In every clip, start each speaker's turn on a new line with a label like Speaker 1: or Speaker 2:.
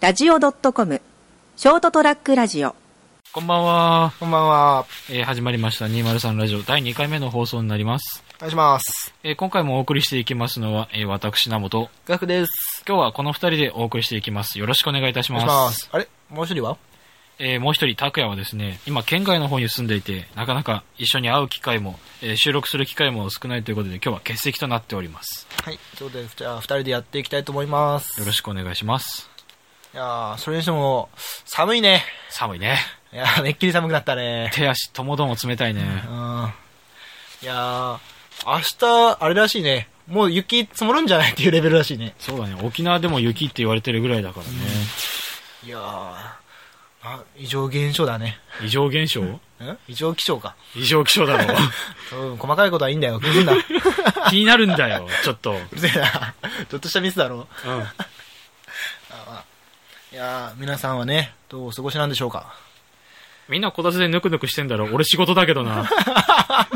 Speaker 1: ST-radio.com ショートトラックラジオ
Speaker 2: こんばんは、
Speaker 3: こんばんは。
Speaker 2: えー始まりました203ラジオ第2回目の放送になります、
Speaker 3: お願いします。
Speaker 2: えー今回もお送りしていきますのは、えー私名本
Speaker 3: ガクです。
Speaker 2: 今日はこの2人でお送りしていきますよろしくお願いいたし
Speaker 3: お
Speaker 2: ま
Speaker 3: 願い
Speaker 2: す
Speaker 3: します。あれもう一人は
Speaker 2: えーもう一人拓也はですね今県外の方に住んでいてなかなか一緒に会う機会も、えー収録する機会も少ないということで今日は欠席となっております
Speaker 3: はい。ということで、じゃあ、二人でやっていきたいと思います。
Speaker 2: よろしくお願いします
Speaker 3: いやーそれにしても、寒いね。
Speaker 2: 寒いね
Speaker 3: いやーめっきり寒くなったね。
Speaker 2: 手足ともども冷たいね
Speaker 3: うん。いやー明日、あれらしいね。もう雪積もるんじゃないっていうレベルらしいね。
Speaker 2: そうだね沖縄でも雪って言われてるぐらいだからね、
Speaker 3: いやーあ異常現象だね。
Speaker 2: 異常現象
Speaker 3: ん異常気象か。
Speaker 2: 異常気象だろ
Speaker 3: うん、細かいことはいいんだよ。気にすんな。う
Speaker 2: 気になるんだよちょっと
Speaker 3: るせえな。ちょっとしたミスだろ。
Speaker 2: うん
Speaker 3: いやー皆さんはね、どうお過ごしなんでしょう か。
Speaker 2: みんなこたつでぬくぬくしてんだろ。俺仕事だけど な。は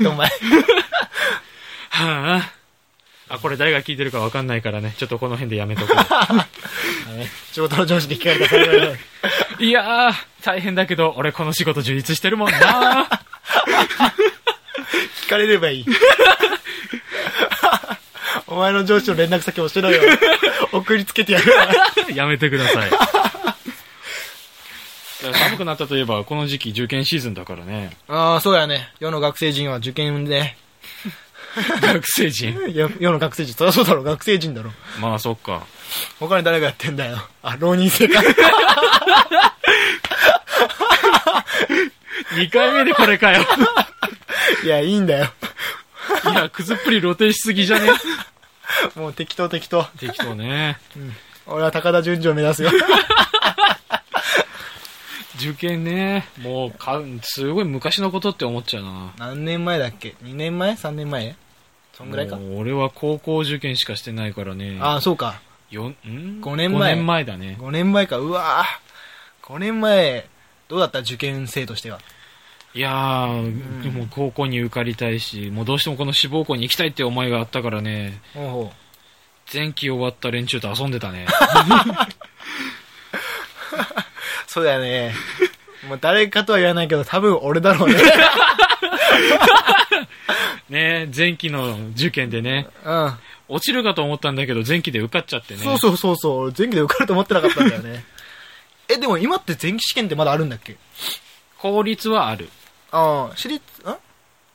Speaker 3: お前。
Speaker 2: あ。あ、これ誰が聞いてるかわかんないからね。ちょっとこの辺でやめとこう。
Speaker 3: 仕事の上司に聞かれたそれぐらいの
Speaker 2: いやー、大変だけど、俺この仕事充実してるもん な。
Speaker 3: 聞かれれば いい。お前の上司の連絡先教えろよ。送りつけてやるわ。
Speaker 2: やめてくだ さい。だから寒くなったといえば、この時期受験シーズンだからね。
Speaker 3: ああ、そうやね。世の学生人は受験で。
Speaker 2: 学生人。
Speaker 3: 世世の学生人、そりゃそうだろ、学生人だろ。
Speaker 2: まあそっか。
Speaker 3: 他に誰がやってんだよ。あ、浪人 生か。
Speaker 2: 2回目でこれかよ。
Speaker 3: いや、いいんだよ。
Speaker 2: いや、くずっぷり露呈しすぎじゃね
Speaker 3: もう適当適当。
Speaker 2: 適当ね。
Speaker 3: 俺は高田純次を目指すよ。
Speaker 2: 受験ね。もうか、すごい昔のことって思っちゃうな。
Speaker 3: 何年前だっけ ?2 年前 ?3 年前そんぐらいか。
Speaker 2: もう俺は高校受験しかしてないからね。
Speaker 3: ああ、そうか。
Speaker 2: よん
Speaker 3: 五年前
Speaker 2: 5年前だね。
Speaker 3: 5年前か。うわぁ。5年前、どうだった受験生としては。
Speaker 2: いやー、でも高校に受かりたいし、もうどうしてもこの志望校に行きたいって思いがあったからね、
Speaker 3: ほうほう。
Speaker 2: 前期終わった連中と遊んでた ね。
Speaker 3: そうだよね。 もう誰かとは言わないけど、多分俺だろうね。
Speaker 2: ね前期の受験でね、
Speaker 3: うん。
Speaker 2: 落ちるかと思ったんだけど、前期で受かっちゃってね。
Speaker 3: そうそうそうそう。俺前期で受かると思ってなかったんだよね。 え、でも今って前期試験ってまだあるんだっけ
Speaker 2: 効率はある。
Speaker 3: ああ、私立、ん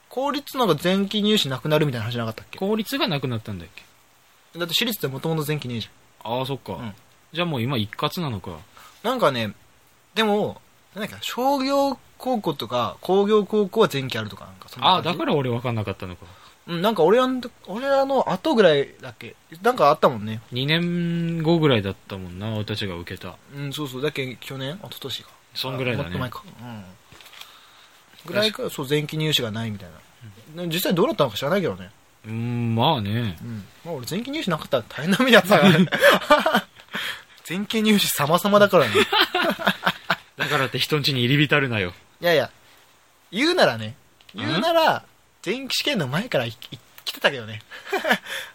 Speaker 3: 公立なんか前期入試なくなるみたいな話なかったっけ
Speaker 2: 効率がなくなったんだっけ
Speaker 3: だって私立ってもともと前期ねえじ
Speaker 2: ああ、そっか。
Speaker 3: うん
Speaker 2: じゃあもう今一括なのか。
Speaker 3: ゃん。なんかね、でも、なんだっけ、商業高校とか工業高校は前期あるとかなんかそんな
Speaker 2: あ
Speaker 3: 感
Speaker 2: あ、
Speaker 3: じ。。
Speaker 2: だからら俺分かんなかったのか。
Speaker 3: うん、なんか俺らの、俺らの後ぐらいだっけなんかあったもんね。
Speaker 2: 2年後ぐらいだったもんな、俺たちが受けた。
Speaker 3: うん、そうそう。だっけ去年一昨年か。
Speaker 2: そんぐらいだね
Speaker 3: もっと前か。うん。ぐらいから、そう、前期入試がないみたいな。実際どうだったのか知らないけどね。
Speaker 2: うーん、まあね。
Speaker 3: うん。まあ俺前期入試なかったら大変な目にあったから ね。前期入試様々だからね。
Speaker 2: だからって人んちに入り浸るなよ。
Speaker 3: いやいや、言うならね、言うなら、前期試験の前からいい来てたけどね。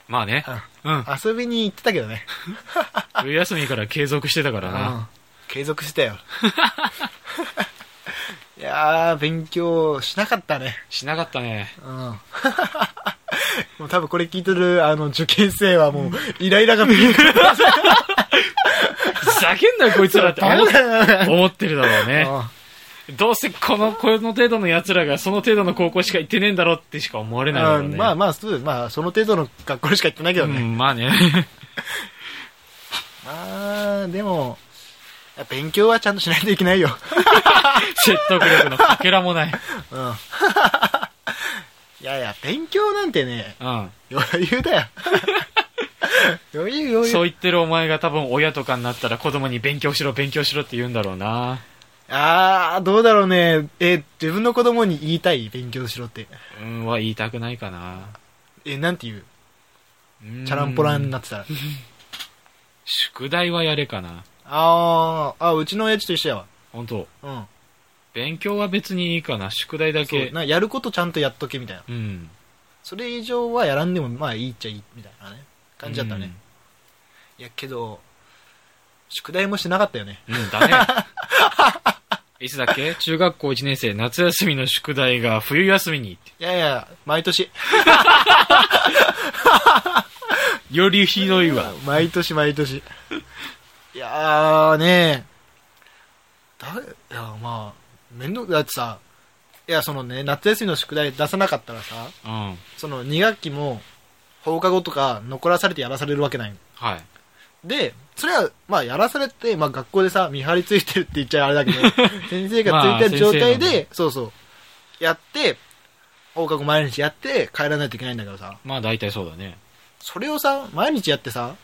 Speaker 2: まあね。うん。
Speaker 3: 遊びに行ってたけどね。
Speaker 2: 冬休みから継続してたから
Speaker 3: う
Speaker 2: な。
Speaker 3: ん継続してた よ。いやー、勉強しなかったね。
Speaker 2: しなかったね。
Speaker 3: うんもう多分これ聞いてる、あの、受験生はもう、イライラが見える。
Speaker 2: ふざけんなよ、こいつら って思
Speaker 3: バ
Speaker 2: っ
Speaker 3: カだな
Speaker 2: 思ってるだろうね。
Speaker 3: あ
Speaker 2: どうせこの、この程度の奴らがその程度の高校しか行ってねえんだろうってしか思われないだろうね。
Speaker 3: まあまあ、そうまあ、その程度の学校にしか行ってないけど
Speaker 2: う
Speaker 3: ね。
Speaker 2: ん、まあね。
Speaker 3: まあ、でも、勉強はちゃんとしないといけないよ。
Speaker 2: 説得力のかけらもない。
Speaker 3: うん。いやいや、勉強なんてね、
Speaker 2: う
Speaker 3: 余裕だよ。余裕
Speaker 2: ん。
Speaker 3: 余
Speaker 2: そう
Speaker 3: 裕。
Speaker 2: 言ってるお前が多分親とかになったら子供に勉強しろ、勉強しろって言うんだろうな。
Speaker 3: あー、どうだろうね。え、自分の子供に言いたい勉強しろって。
Speaker 2: うん、は言いたくないかな。
Speaker 3: え、なんて言う
Speaker 2: うん
Speaker 3: チャランポランになってたら。
Speaker 2: 宿題はやれかな。
Speaker 3: あー、あ、うちの親父と一緒やわ。
Speaker 2: 本当
Speaker 3: うん。
Speaker 2: 勉強は別にいいかな。宿題だ
Speaker 3: そう
Speaker 2: け。
Speaker 3: なやることちゃんとやっとけみたいな
Speaker 2: うん。
Speaker 3: それ以上はやらんでもまあいいっちゃいいみたいなね感じだったね、いやけど宿題もしてなかったよね。
Speaker 2: うん、だね。 いつだっけ中学校1年生、夏休みの宿題が冬休みにって。
Speaker 3: いやいや、毎年。
Speaker 2: よりひどいわ。
Speaker 3: 毎年 毎年。いやーねだいや、まあ、面倒だってさ、いや、そのね、夏休みの宿題出さなかったらさ、
Speaker 2: うん。
Speaker 3: その2学期も放課後とか残らされてやらされるわけないの
Speaker 2: はい。
Speaker 3: で、それは、まあ、やらされて、まあ、学校でさ、見張りついてるって言っちゃあれ だけど、先生がついてる状態
Speaker 2: まあ先生の
Speaker 3: で、そうそう、やって、放課後毎日やって帰らないといけないんだけどさ、
Speaker 2: まあ大体そうだね。
Speaker 3: それをさ、毎日やってさ、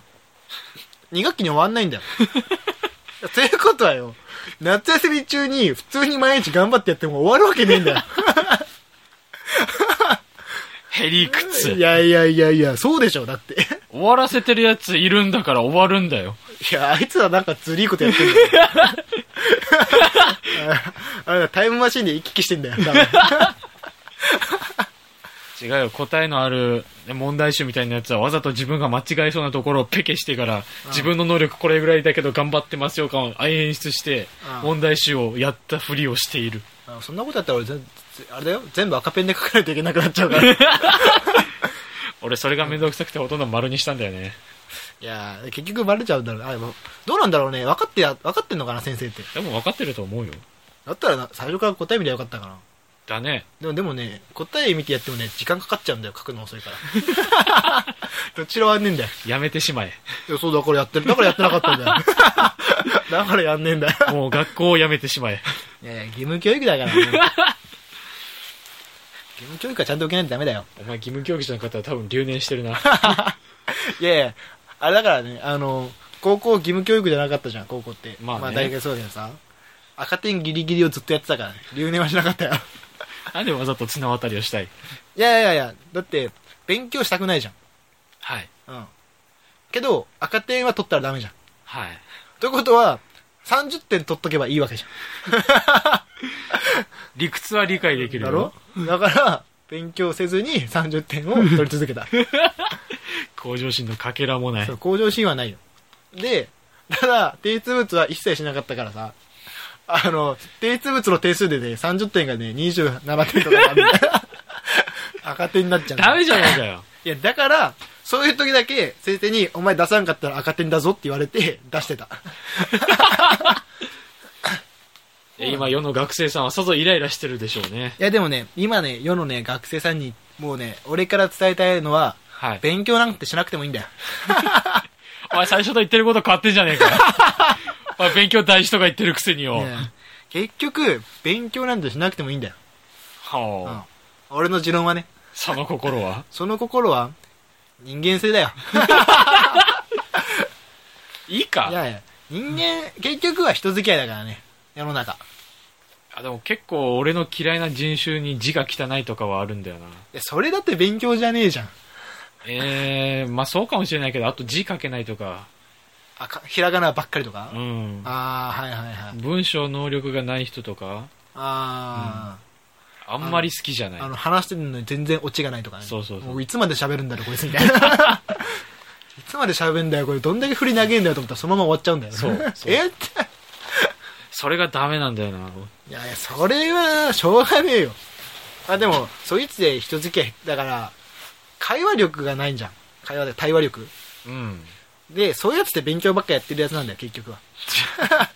Speaker 3: 2学期に終わんないん だよ。ということはよ、夏休み中に普通に毎日頑張ってやっても終わるわけねえ んだよ。
Speaker 2: へりくつ。
Speaker 3: いやいやいやいや、そうでしょ、だって。
Speaker 2: 終わらせてるやついるんだから終わるんだよ。
Speaker 3: いや、あいつはなんかずりいことやってん だよ。あれタイムマシンで行き来してんだよ。多分
Speaker 2: 違うよ、答えのあるね問題集みたいなやつはわざと自分が間違えそうなところをペケしてから、自分の能力これぐらいだけど頑張ってますよ感を演出して、
Speaker 3: うん
Speaker 2: 問題集をやったふりをしている。
Speaker 3: あそんなことやったら俺全、あれだよ、全部赤ペンで書かないといけなくなっちゃう から。い
Speaker 2: 俺それがめんどくさくてほとんど丸にしたんだよね。
Speaker 3: や、結局バレちゃうんだろうな。あでもどうなんだろうね。分かってや、分かってんのかな、先生って。
Speaker 2: でも分かってると思うよ。
Speaker 3: だったらな最初から答え見りゃよかったかな。
Speaker 2: だね。
Speaker 3: でもでもね、答え見てやってもね、時間かかっちゃうんだよ、書くの遅いから。 どっちらはねえんだよ。
Speaker 2: やめてしまえ。
Speaker 3: いや、そうだからやってる。だからやってなかったんだよ。 だからやんねえんだよ。
Speaker 2: もう学校をやめてしまえ。
Speaker 3: いやいや、義務教育だ から、ね、義務教育はちゃんと受けないとダメだよ。
Speaker 2: お前義務教育者の方は多分留年してるな。
Speaker 3: いやいや、あれだからね、あの、高校義務教育じゃなかったじゃん、高校って。
Speaker 2: まあね
Speaker 3: 大学そうだけどさ。赤点ギリギリをずっとやってたからね。留年はしなかったよ。
Speaker 2: なんでわざと綱渡りをしたい
Speaker 3: いやいやいや、だって、勉強したくないじ
Speaker 2: はい。
Speaker 3: ゃん。うん。けど、赤点は取ったらダメじゃん。
Speaker 2: はい。
Speaker 3: ということは、30点取っとけばいいわけじ
Speaker 2: 理屈は理解でき
Speaker 3: ゃん。
Speaker 2: る
Speaker 3: だ
Speaker 2: よ。
Speaker 3: ろだから、勉強せずに30点を取り続けた。
Speaker 2: 向上心のかけらもない
Speaker 3: そう、。向上心はないよ。で、ただ、提出物は一切しなかったからさ、あの、提出物の点数でね、30点がね、27点とか なんだよ赤点になっちゃう。
Speaker 2: ダメじゃないかよ。
Speaker 3: いや、だから、そういう時だけ、先生に、お前出さんかったら赤点だぞって言われて、出してた。
Speaker 2: え今世の学生さんはさぞイライラしてるでしょうね。
Speaker 3: いや、でもね、今ね、世のね、学生さんに、もうね、俺から伝えたいのは、
Speaker 2: はい。
Speaker 3: 勉強なんてしなくてもいいんだよ。
Speaker 2: お前最初と言ってること変わってんじゃねえかよ。お前勉強大事とか言ってるくせによ。
Speaker 3: ね結局、勉強なんてしなくてもいいんだよ。う
Speaker 2: は
Speaker 3: ん
Speaker 2: あ、
Speaker 3: 俺の持論はね。
Speaker 2: その心は。
Speaker 3: その心は人間性だよ。
Speaker 2: い い
Speaker 3: い
Speaker 2: か
Speaker 3: やいや、人間、結局は人付き合いだからね、世の中。い
Speaker 2: あでも結構俺の嫌いな人種に字が汚いとかはあるんだよな。
Speaker 3: やそれだって勉強じゃねえじゃん。
Speaker 2: ええまあそうかもしれないけど、あと字書けないとか。
Speaker 3: あかひらがなばっかりとか。
Speaker 2: うん。
Speaker 3: ああ、はいはいはい。
Speaker 2: 文章能力がない人とか、
Speaker 3: あ
Speaker 2: あんまり好きじゃな
Speaker 3: あ、
Speaker 2: い
Speaker 3: あ。の、話してるのに全然オチがないとかね。
Speaker 2: そうそうそう
Speaker 3: もういつまで喋るんだろ、こいつみた いな。いつまで喋るんだよ、これ。どんだけ振り投げんだよと思ったらそのまま終わっちゃうんだよ。
Speaker 2: そうそう
Speaker 3: えって。
Speaker 2: それがダメなんだよな。
Speaker 3: いやいや、それは、しょうがねえよ。あ、でも、そいつで人付き合い、だから、会話力がないんじゃん。会話で、対話力。
Speaker 2: うん。
Speaker 3: で、そういうやつって勉強ばっかやってるやつなんだよ、結局は。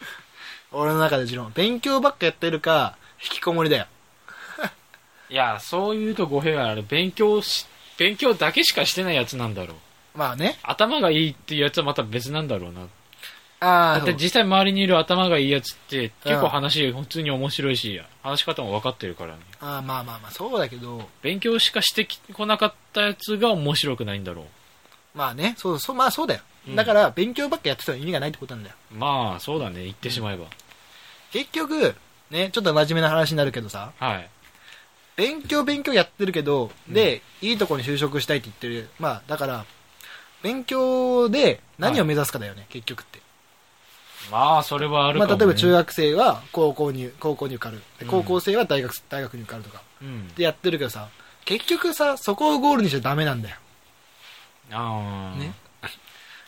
Speaker 3: 俺の中で持論。勉強ばっかやってるか、引きこもりだよ。
Speaker 2: いや、そういうと語弊がある。勉強し、勉強だけしかしてないやつなんだろう。
Speaker 3: まあね。
Speaker 2: 頭がいいっていうやつはまた別なんだろうな。
Speaker 3: あ
Speaker 2: だって実際周りにいる頭がいいやつって結
Speaker 3: うん
Speaker 2: 構話、普通に面白いし、話し方も分かってるからね。
Speaker 3: あーまあまあまあ、そうだけど、
Speaker 2: 勉強しかしてきこなかったやつが面白くないんだろ
Speaker 3: まあね、そう、そう、まあそうだよ
Speaker 2: う。ん
Speaker 3: だから、勉強ばっかやってたら意味がないってことなんだよ。
Speaker 2: う。まあ、そうだね。言ってしまえば。
Speaker 3: 結局、ね、ちょっと真面目な話になるけどさ、
Speaker 2: はい。
Speaker 3: 勉強勉強やってるけど、で、いいとこに就職したいって言ってる。まあ、だから、勉強で何を目指すかだよね、結局って。
Speaker 2: まあ、それはある
Speaker 3: ま
Speaker 2: か
Speaker 3: あ、
Speaker 2: も、ね。
Speaker 3: 例えば中学生は高校に、高校に受かる。で
Speaker 2: うん
Speaker 3: 高校生は大学、大学に受かるとか。
Speaker 2: うん。
Speaker 3: でやってるけどさ、結局さ、そこをゴールにしちゃダメなんだよ。
Speaker 2: ああ。
Speaker 3: ね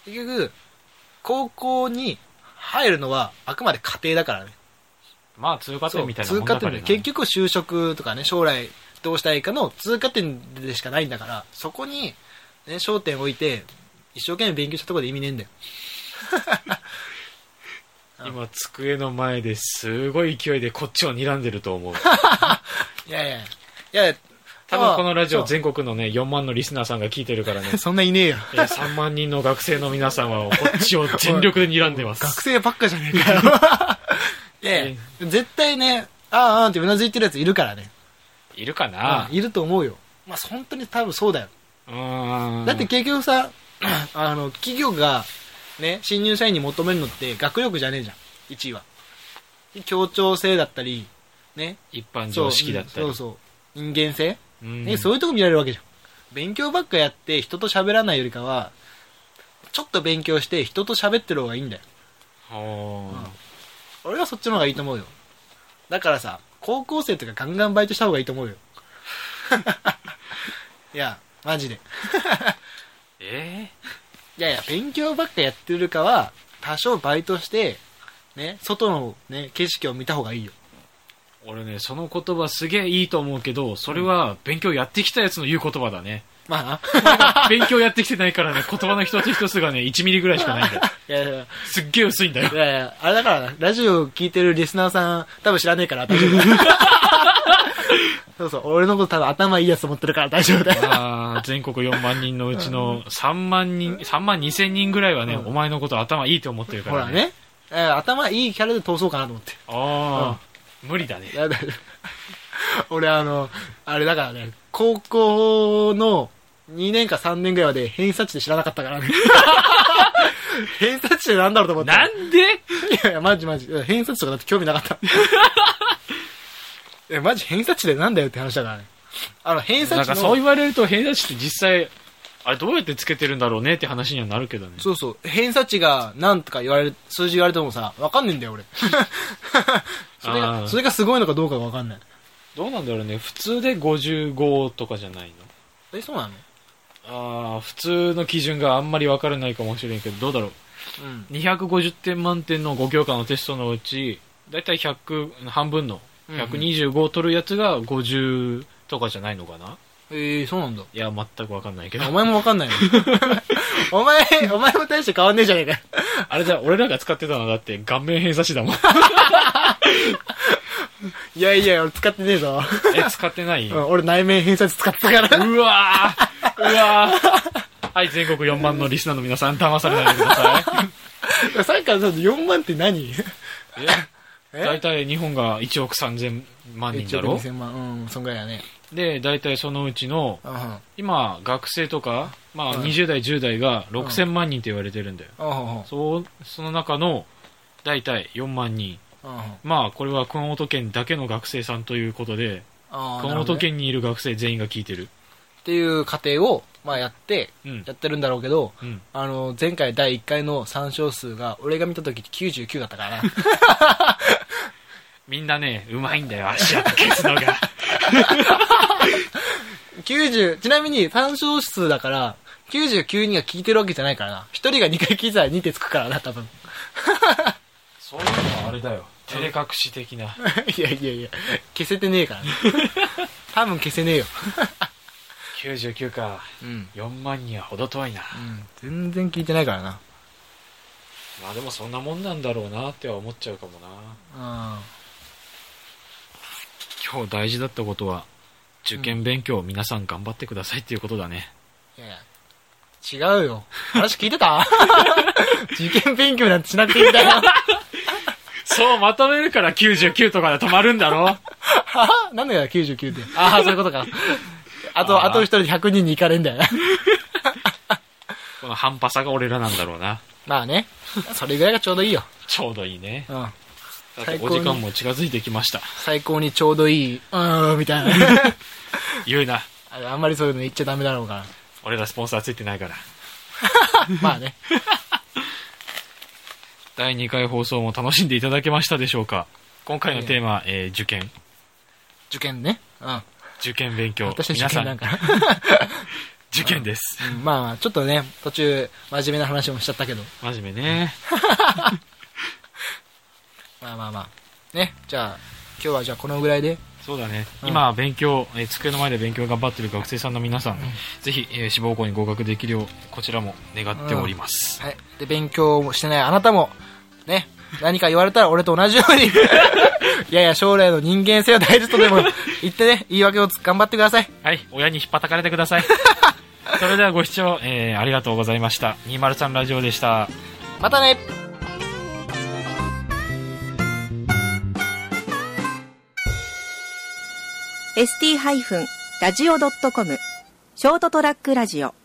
Speaker 3: 結局、高校に入るのはあくまで家庭だからね。
Speaker 2: まあ、通過
Speaker 3: そ
Speaker 2: 点
Speaker 3: う
Speaker 2: みたいな
Speaker 3: 通
Speaker 2: もんだ
Speaker 3: 過
Speaker 2: から
Speaker 3: 点
Speaker 2: な
Speaker 3: で、結局就職とかね、将来どうしたいかの通過点でしかないんだから、そこに、ね、焦点を置いて、一生懸命勉強したところで意味ねえんだよ。
Speaker 2: 今、机の前ですごい勢いでこっちを睨んでると 思う。
Speaker 3: いやいやいや。いや
Speaker 2: 多分このラジオ
Speaker 3: そう。
Speaker 2: 全国のね、4万のリスナーさんが聞いてるからね
Speaker 3: そんないね えよ。
Speaker 2: えー3万人の学生の皆さんは、こっちを全力で睨んでま
Speaker 3: 学
Speaker 2: す。
Speaker 3: 生ばっかじゃねえ かよ。いやいや、絶対ね、ああああってうなずいてるやついるからね。
Speaker 2: いるかな
Speaker 3: うんいると思うよ。まあ、本当に多分そうだよ。
Speaker 2: うーん。
Speaker 3: だって、結局さ、 あの、企業が、ね、新入社員に求めるのって学力じゃねえじゃん。1位は。協調性だったり、ね。
Speaker 2: 一般
Speaker 3: そう
Speaker 2: 常識だったり。
Speaker 3: そうそう。人間性、
Speaker 2: うん
Speaker 3: ね、そういうとこ見られるわけじゃん。勉強ばっかやって人と喋らないよりかは、ちょっと勉強して人と喋ってる方がいいんだよ。
Speaker 2: ほー
Speaker 3: 俺はそっちの方がいいと思うよ。だからさ、高校生とかガンガンバイトした方がいいと思うよ。 いや、マジで。
Speaker 2: え
Speaker 3: いやいや、勉強ばっかやってるかは、多少バイトして、ね、外のね、景色を見た方がいいよ。
Speaker 2: ー俺ね、その言葉すげえいいと思うけど、それは勉強やってきたやつの言う言葉だね。
Speaker 3: まあ
Speaker 2: 勉強やってきてないからね、言葉の一つ一つがね、1ミリぐらいしか ないんだよ。
Speaker 3: な。いやいや、
Speaker 2: すっげえ薄いんだよ
Speaker 3: い。やいや、あれだからな、ラジオ聞いてるリスナーさん、多分知らねえから、大丈夫。 そうそう、俺のこと多分頭いいやつ思ってるから大丈夫だよ。
Speaker 2: あー全国4万人のうちの3万人、3万2千人ぐらいはね、お前のこと頭いいと思ってるか
Speaker 3: ほ
Speaker 2: ら、
Speaker 3: ら。ね、えー頭いいキャラで通そうかなと思って。
Speaker 2: ああ、無理だね。
Speaker 3: いやだ俺あの、あれだからね、高校の2年か3年ぐらいまで偏差値で知らなかっ たからね。偏差値ってなんだろうと思って。
Speaker 2: なんで
Speaker 3: いやいや、マジマジ。いや偏差値とかだって興味なかった。いや、マジ偏差値でなんだよって話だからね。あの、偏差
Speaker 2: なん
Speaker 3: 値の
Speaker 2: かそう言われると偏差値って実際、あれどうやってつけてるんだろうねって話にはなるけどね。
Speaker 3: そうそう。偏差値が何とか言われる、数字言われてもさ、わかんねえんだ よ、俺。それ
Speaker 2: あー
Speaker 3: が、それがすごいのかどうかがわかんない。
Speaker 2: どうなんだろうね。普通で55とかじゃないの
Speaker 3: え、そうなの
Speaker 2: ああ、普通の基準があんまり分からないかもしれんけど、どうだろう。
Speaker 3: うん。
Speaker 2: 250点満点の5教科のテストのうち、だいたい100、半分の125を取るやつが50とかじゃないのかな
Speaker 3: ええそうなんだ。
Speaker 2: いや、全く分かんないけど
Speaker 3: お。前もわかんないのお前、お前も大して変わんねえじゃねえかよ。
Speaker 2: あれだ、俺らが使ってたのはだって顔面偏差値だ もん。
Speaker 3: いやいや、俺使ってねえぞ。
Speaker 2: え、使ってない
Speaker 3: うん俺内面偏差値使ってたから。
Speaker 2: うわーうわーはい、全国4万のリスナーの皆さん、騙されないでくださ
Speaker 3: さっきからさ、4万って何
Speaker 2: い。え大体日本が1億3000万人だ
Speaker 3: ?1 億
Speaker 2: ろ
Speaker 3: 2000万。うん、そんぐらいだね。
Speaker 2: で、大体そのうちの、
Speaker 3: うん。うん
Speaker 2: 今、学生とか、まあ
Speaker 3: うん
Speaker 2: 20代、10代が6000万人って言われてるんだよ。
Speaker 3: うん。
Speaker 2: そう、その中の、大体4万人。
Speaker 3: うん。
Speaker 2: まあ、これは熊本県だけの学生さんということで、
Speaker 3: あー
Speaker 2: 熊
Speaker 3: なるほど
Speaker 2: 本
Speaker 3: ね
Speaker 2: 県にいる学生全員が聞いてる。
Speaker 3: っていう過程を、まあやって、
Speaker 2: うん
Speaker 3: や。ってるんだろうけど、
Speaker 2: うん。
Speaker 3: あの、前回第1回の参照数が、俺が見た時99だったからな。
Speaker 2: みんなね、うまいんだよ、足跡消すのが。
Speaker 3: 90、ちなみに参照数だから、99人が聞いてるわけじゃないからな。1人が2回聞いたら2手つくからな、多分。
Speaker 2: そういうのはあれだよ。照れ隠し的な。
Speaker 3: いやいやいや、消せてねえ からね。多分消せねえよ。
Speaker 2: 99か。
Speaker 3: うん。
Speaker 2: 4万には程遠いな。
Speaker 3: 全然聞いてないからな。
Speaker 2: まあでもそんなもんなんだろうなっては思っちゃうかもな。
Speaker 3: うん。
Speaker 2: 今日大事だったことは、受験勉強を皆さん頑張ってくださいっていうことだね。
Speaker 3: いやいや、違うよ。話聞いて た受験勉強なんてしなくていいんだよ。
Speaker 2: そう、まとめるから99とかで止まるんだろ
Speaker 3: はなんだよ、99点。ああ、そういうことか。あと、
Speaker 2: あー
Speaker 3: あと一人で100人に行かれん だよな。
Speaker 2: この半端さが俺らなんだろうな。
Speaker 3: まあね。それぐらいがちょうどいいよ。
Speaker 2: ちょうどいいね。
Speaker 3: うん。
Speaker 2: だって
Speaker 3: 最
Speaker 2: お
Speaker 3: 高に
Speaker 2: 時間も近づいてきました。
Speaker 3: 最高にちょうどいい。うーん、みた いな。
Speaker 2: 言うな。
Speaker 3: あれあんまりそういうの言っちゃダメだろうか
Speaker 2: 俺らスポンサーついてないから。
Speaker 3: ら。まあね。
Speaker 2: 第2回放送も楽しんでいただけましたでしょうか今回のテーマ、えー受験。
Speaker 3: 受験ね。うん。
Speaker 2: 受験勉強。
Speaker 3: 私は
Speaker 2: 皆
Speaker 3: 受
Speaker 2: さ
Speaker 3: 験なん
Speaker 2: ん、
Speaker 3: か。
Speaker 2: 受験です。
Speaker 3: うんまあ、ちょっとね、途中、真面目な話もしちゃったけど。
Speaker 2: 真面目ね。
Speaker 3: まあまあまあ。ね、じゃあ、今日はじゃあこのぐらいで。
Speaker 2: そうだね、
Speaker 3: うん
Speaker 2: 今勉強、えー机の前で勉強頑張ってる学生さんの皆さん、ぜひ、えー志望校に合格できるようこちらも願っております、
Speaker 3: はい。で、勉強もしてないあなたも、ね、何か言われたら俺と同じよ うに、いやいや、将来の人間性は大事とでも言ってね、言い訳をつ頑張ってください。
Speaker 2: はい親にひっぱたかれてくださいそれではご視聴、えーありがとうございました203ラジオでした
Speaker 3: またね
Speaker 1: ー ST-radio.com ショートトラックラジオ